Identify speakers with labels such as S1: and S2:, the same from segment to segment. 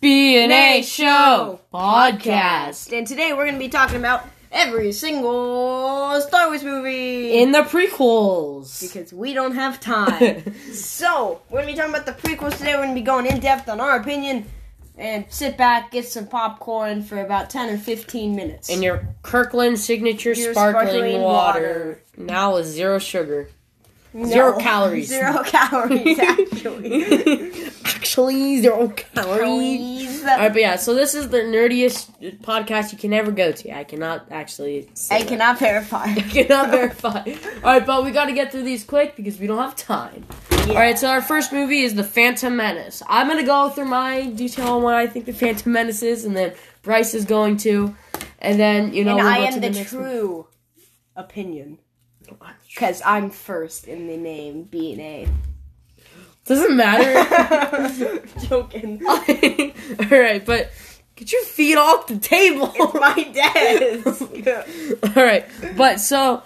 S1: B and A Show podcast
S2: And today we're going to be talking about every single Star Wars movie.
S1: in the prequels.
S2: because we don't have time. so, we're going to be talking about the prequels today. We're going to be going in depth on our opinion. And sit back, get some popcorn for about 10 or 15 minutes.
S1: And your Kirkland signature
S2: Your
S1: sparkling,
S2: sparkling
S1: water, now with zero sugar.
S2: No,
S1: zero calories.
S2: Zero calories, actually.
S1: Actually, zero calories. Alright, but yeah, so this is the nerdiest podcast you can ever go to. I cannot actually. Say
S2: I
S1: that.
S2: cannot verify.
S1: I cannot verify. Alright, but we gotta get through these quick because we don't have time. Alright, so our first movie is The Phantom Menace. I'm gonna go through my detail on what I think The Phantom Menace is, and then Bryce is going to. And then, you know,
S2: and
S1: we'll
S2: I
S1: go
S2: am
S1: to
S2: the,
S1: next movie.
S2: true opinion. Because I'm first in the name being A.
S1: Doesn't matter.
S2: Joking.
S1: Alright, but get your feet off the table.
S2: My desk.
S1: All right, but so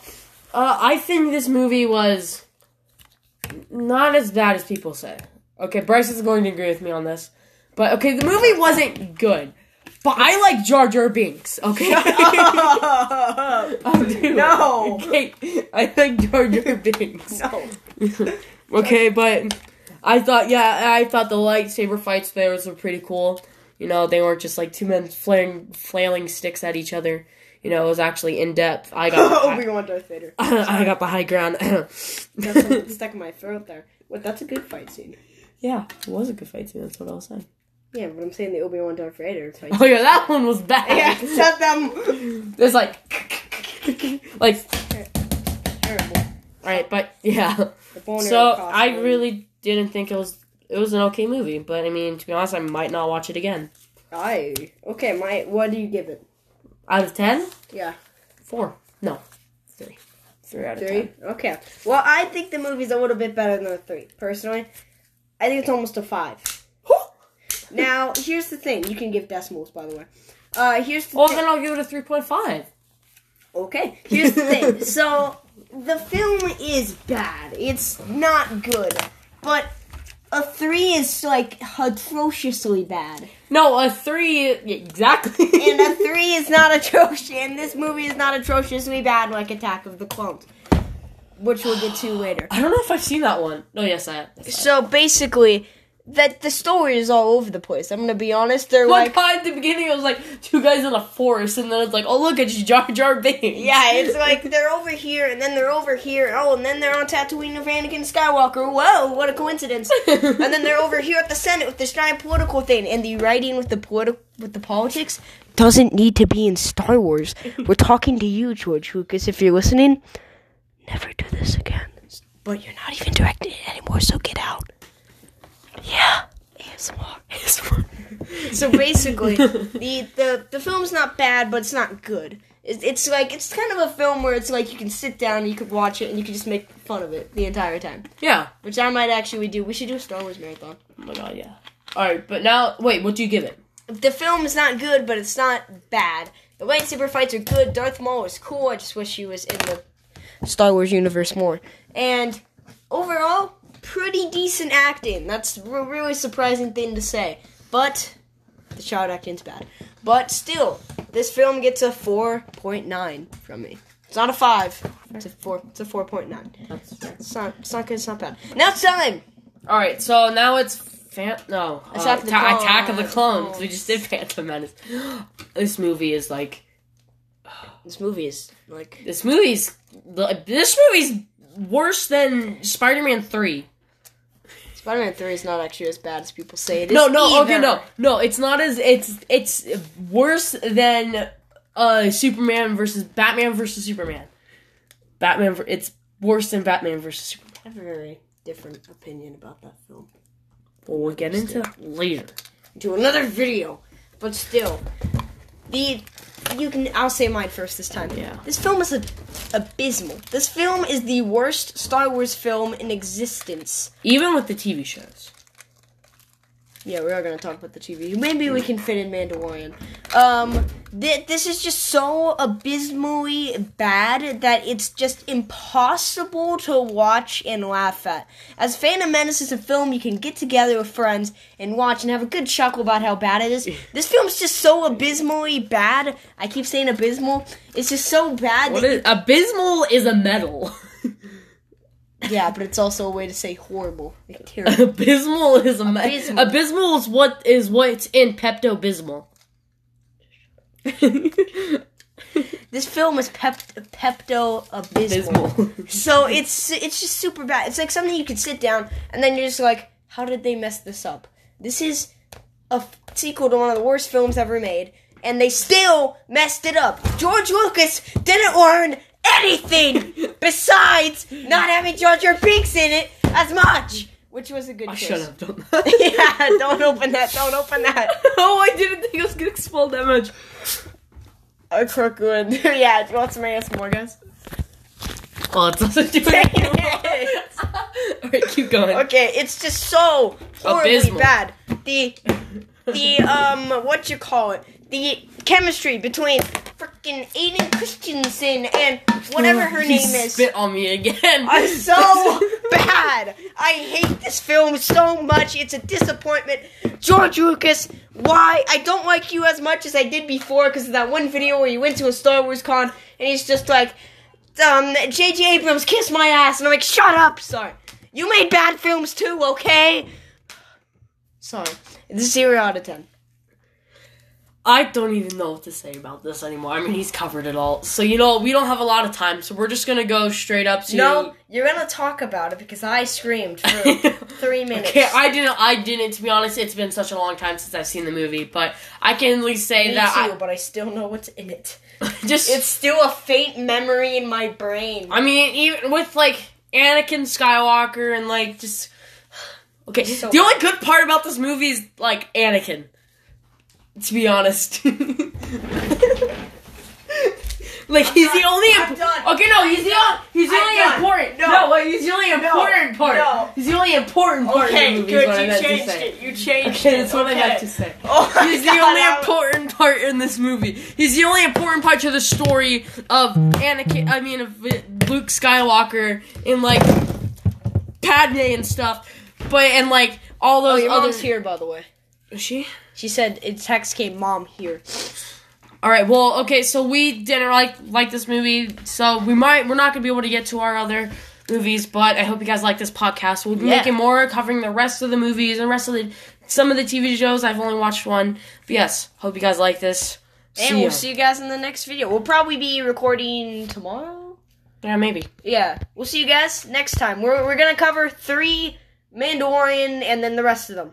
S1: uh, I think this movie was not as bad as people say. Okay, Bryce is going to agree with me on this, but okay, the movie wasn't good. But I like Jar Jar Binks. Okay, I do.
S2: No.
S1: Okay, I like Jar Jar Binks.
S2: no.
S1: Okay, but I thought, yeah, I thought the lightsaber fights there was pretty cool. You know, they weren't just like two men flaring, flailing sticks at each other. You know, it was actually in depth. I got.
S2: Wan Darth Vader.
S1: I got the high ground.
S2: That's something stuck in my throat there. What? That's a good fight scene.
S1: yeah, it was a good fight too. That's what I was saying.
S2: Yeah, but I'm saying the Obi Wan Darth Vader fight.
S1: Oh yeah, that one was bad.
S2: shut them.
S1: There's like, like,
S2: Terrible.
S1: all right, but yeah.
S2: The bone
S1: So
S2: arrow costume.
S1: I really didn't think it was. It was an okay movie, but I mean, to be honest, I might not watch it again.
S2: I. Okay, my. What do you give it?
S1: Out of ten,
S2: Yeah.
S1: four. No, three. Three out of
S2: Three?
S1: ten.
S2: Okay. Well, I think the movie's a little bit better than a three, personally. I think it's almost a five. Now, here's the thing. You can give decimals, by the way. Uh, here's the
S1: Well,
S2: thi-
S1: Oh, then I'll give it a three point five.
S2: Okay. Here's the thing. So, the film is bad. It's not good. But a three is, like, atrociously bad.
S1: No, a three exactly.
S2: And a three is not atrocious. And this movie is not atrociously bad like Attack of the Clones, which we'll get to later.
S1: I don't know if I've seen that one. No, yes, I have. Yes, I have.
S2: So basically, that the story is all over the place. I'm gonna be honest. They're
S1: Like,
S2: like,
S1: at the beginning, it was like two guys in a forest, and then it's like, oh look, it's Jar Jar Binks.
S2: yeah, it's like they're over here, and then they're over here. Oh, and then they're on Tatooine of Anakin Skywalker. Whoa, what a coincidence! and then they're over here at the Senate with this giant political thing, and the writing with the politi- with the politics doesn't need to be in Star Wars. We're talking to you, George Lucas, if you're listening. Never do this again. But you're not even directing it anymore, so get out. Yeah. ASMR. So basically, the, the the film's not bad, but it's not good. It's, it's like it's kind of a film where it's like you can sit down, and you could watch it, and you could just make fun of it the entire time.
S1: yeah.
S2: Which I might actually do. We should do a Star Wars marathon.
S1: Oh my god, yeah. All right, but now, wait, what do you give it?
S2: The film is not good, but it's not bad. The lightsaber fights are good. Darth Maul is cool. I just wish he was in the Star Wars universe more. And overall, pretty decent acting. That's a really surprising thing to say. But the child acting's bad. But still, this film gets a 4.9 from me. It's not a 5. It's a 4. It's a 4.9.
S1: That's fair.
S2: It's not it's not good, it's not bad. Now it's time.
S1: All right, so now it's fan. No, uh,
S2: Attack of the
S1: Ta-
S2: Clones.
S1: Attack of the Clones. We just did Phantom Menace. this movie is like
S2: This movie is like
S1: this movie's the- this movie's worse than Spider-Man Three.
S2: Spider-Man 3 is not actually as bad as people say it is.
S1: No, no, okay,
S2: either.
S1: no, no. It's not as it's it's worse than uh Superman versus Batman versus Superman. Batman, ver- it's worse than Batman versus Superman.
S2: I have a very different opinion about that film.
S1: But we'll get into that later.
S2: Do another video, but still, the you can. I'll say mine first this time.
S1: Yeah.
S2: This film is a, abysmal. This film is the worst Star Wars film in existence.
S1: Even with the TV shows.
S2: Yeah, we are gonna talk about the TV. Maybe we can fit in Mandalorian. Um, th- this is just so abysmally bad that it's just impossible to watch and laugh at. As Phantom Menace is a film you can get together with friends and watch and have a good chuckle about how bad it is. This film's just so abysmally bad. I keep saying abysmal. It's just so bad.
S1: What
S2: that-
S1: is abysmal is a metal.
S2: yeah, but it's also a way to say horrible. Like, terrible.
S1: abysmal is a me-
S2: Abysmal.
S1: abysmal is what is what's in Pepto Bismol.
S2: this film is pep- Pepto abysmal. So it's it's just super bad. It's like something you could sit down and then you're just like, how did they mess this up? This is a f- sequel to one of the worst films ever made, and they still messed it up. George Lucas didn't learn anything besides not having Jar Jar Binks in it as much, which was a good.
S1: I
S2: choice.
S1: should have done
S2: yeah,
S1: that.
S2: don't open that. Don't open that.
S1: oh, I didn't think I was gonna explode that much.
S2: A crookwood. yeah, do you want some ASMR, guys?
S1: Oh, it doesn't do it. Alright, keep going.
S2: Okay, it's just so horribly
S1: Abysmal.
S2: bad. The the um what you call it? The chemistry between freaking Aiden Christensen and whatever her
S1: You
S2: name is.
S1: Spit on me again.
S2: I'm so bad. I hate this film so much. It's a disappointment. George Lucas, why? I don't like you as much as I did before because of that one video where you went to a Star Wars con and he's just like, um, J.J. Abrams, kiss my ass. And I'm like, shut up. Sorry. You made bad films too, okay? Sorry. It's a 0 out of 10.
S1: I don't even know what to say about this anymore. I mean, he's covered it all. So, you know, we don't have a lot of time, so we're just gonna go straight up to.
S2: No, you're gonna talk about it because I screamed for three minutes.
S1: Okay, I didn't. I didn't. To be honest, it's been such a long time since I've seen the movie, but I can at least say
S2: Me too,
S1: that
S2: but I still know what's in it.
S1: I just.
S2: It's still a faint memory in my brain.
S1: I mean, even with like Anakin Skywalker and like just. Okay,
S2: So-
S1: the only good part about this movie is like Anakin. To be honest. Like he's the
S2: done.
S1: only
S2: I'm
S1: imp-
S2: done.
S1: okay no he's the only he's the
S2: I'm
S1: only
S2: done.
S1: important
S2: No.
S1: wait, he's the only important part
S2: No.
S1: he's the only important part of the
S2: Okay,
S1: movie
S2: good.
S1: is what I
S2: You
S1: meant to
S2: changed
S1: say.
S2: it. You changed
S1: Okay,
S2: it.
S1: that's what I
S2: okay.
S1: meant to say.
S2: Oh my
S1: He's the
S2: God,
S1: only
S2: I was-
S1: important part in this movie. He's the only important part to the story of Anakin. I mean, of Luke Skywalker and like Padme and stuff. But and like all
S2: Oh,
S1: those
S2: your
S1: other.
S2: mom's here, by the way.
S1: Is she?
S2: She said in text came mom here.
S1: All right. Well, okay. So we didn't like like this movie, so we might we're not gonna be able to get to our other movies. But I hope you guys like this podcast. We'll be
S2: Yeah.
S1: making more, covering the rest of the movies and the rest of the some of the TV shows. I've only watched one. But yes, hope you guys like this.
S2: And
S1: ya.
S2: we'll see you guys in the next video. We'll probably be recording tomorrow.
S1: Yeah, maybe.
S2: Yeah, we'll see you guys next time. We're we're gonna cover three Mandalorian and then the rest of them.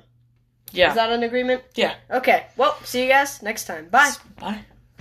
S1: Yeah.
S2: Is that an agreement?
S1: Yeah.
S2: Okay. Well, see you guys next time. Bye.
S1: Bye.